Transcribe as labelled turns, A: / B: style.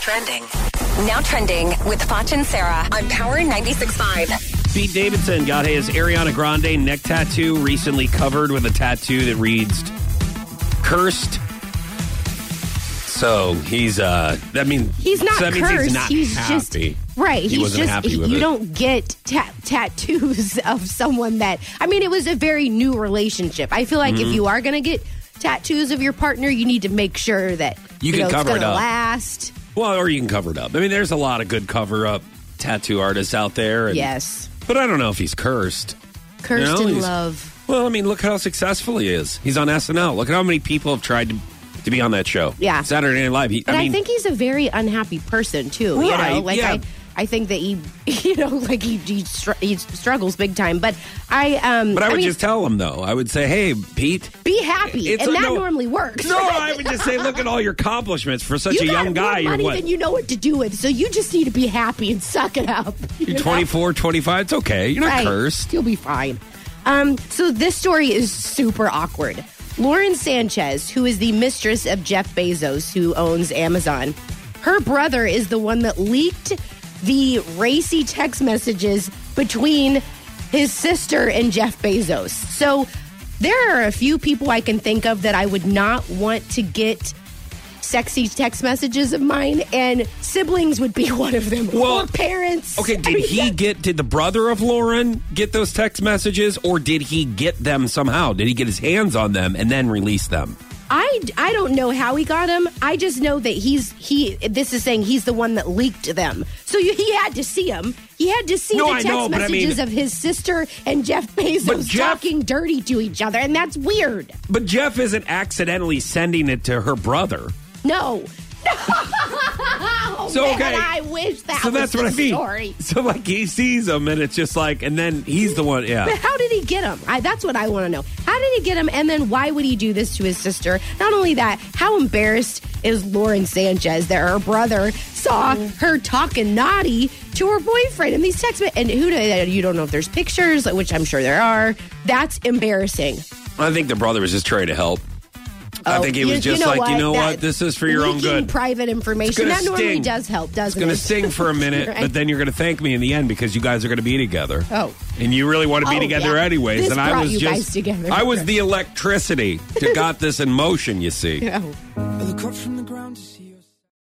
A: Trending. Now trending with Foch and Sarah on Power 96.5.
B: Pete Davidson got his Ariana Grande neck tattoo recently covered with a tattoo that reads "cursed." So he's uh, that means
C: He's not
B: so that
C: cursed.
B: means he's not
C: just
B: happy.
C: right.
B: He
C: he's
B: wasn't
C: just
B: happy with
C: you
B: it.
C: don't get ta- tattoos of someone that. I mean, it was a very new relationship. I feel like
B: Mm-hmm.
C: if you are going to get tattoos of your partner, you need to make sure that
B: You can
C: know,
B: cover it
C: it's gonna
B: up.
C: last.
B: Well, or you can cover it up. I mean, there's a lot of good cover up tattoo artists out there. And,
C: Yes,
B: but I don't know if he's cursed. You
C: cursed
B: know,
C: in
B: he's-
C: love.
B: Well, I mean, look how successful he is. He's on SNL. Look at how many people have tried to, to be on that show.
C: Yeah.
B: Saturday Night Live. He,
C: But
B: I
C: I,
B: mean,
C: think he's a very unhappy person too. you know,
B: Right,
C: like
B: yeah.
C: I, I think that he, you know, like he he, str- he struggles big time. But I, um,
B: but I would
C: mean,
B: just tell him though. I would say, "Hey, Pete."
C: be happy,
B: It's
C: and
B: a-
C: that
B: no.
C: normally works.
B: No, I would just say, "Look at all your accomplishments for such
C: you
B: a
C: got
B: young guy.
C: More
B: You're
C: money
B: what?
C: than you know what to do with, so you just need to be happy and suck it up.
B: You're
C: know?
B: 24, 25. It's okay. You're not
C: Right.
B: cursed."
C: You'll be fine. Um, so this story is super awkward. Lauren Sanchez, who is the mistress of Jeff Bezos, who owns Amazon, her brother is the one that leaked the racy text messages between his sister and Jeff Bezos. So there are a few people I can think of that I would not want to get sexy text messages of mine, and siblings would be one of them.
B: Well,
C: or parents.
B: Okay,
C: I
B: did
C: mean,
B: he get? Did the brother of Lauren get those text messages, or did he get them somehow? Did he get his hands on them and then release them?
C: I, I don't know how he got him. I just know that he's he. This is saying he's the one that leaked them. So you, he had to see him. He had to see
B: No,
C: the
B: I
C: text
B: know, but I mean-
C: messages of his sister and Jeff Bezos
B: Jeff-
C: talking dirty to each other, and that's weird.
B: But Jeff isn't accidentally sending it to her brother.
C: No.
B: So
C: Man,
B: okay,
C: I wish that.
B: so
C: was
B: that's
C: the
B: what I mean.
C: Story.
B: So like he sees him, and it's just like, and then he's the one.
C: But
B: Yeah,
C: how did he get him? I, that's what I want to know. How did he get him? And then why would he do this to his sister? Not only that, how embarrassed is Lauren Sanchez that her brother saw
B: Mm.
C: her talking naughty to her boyfriend in these text me- and who knows? You don't know if there's pictures, which I'm sure there are. That's embarrassing.
B: I think the brother was just trying to help. I
C: Oh,
B: think he was just like, you know
C: That-
B: what, this is for your own
C: leaking
B: good.
C: Private information
B: gonna
C: that normally
B: sting.
C: does help,
B: it's
C: doesn't
B: going
C: it?
B: to sting for a minute,
C: Right.
B: but then you're going to thank me in the end because you guys are going to be together.
C: Oh.
B: and you really want to be
C: Oh,
B: together
C: yeah.
B: anyways.
C: This
B: and I
C: brought
B: was
C: you
B: just,
C: guys together.
B: I was the electricity that got this in motion. You see,
C: Oh.
D: I look up from the ground.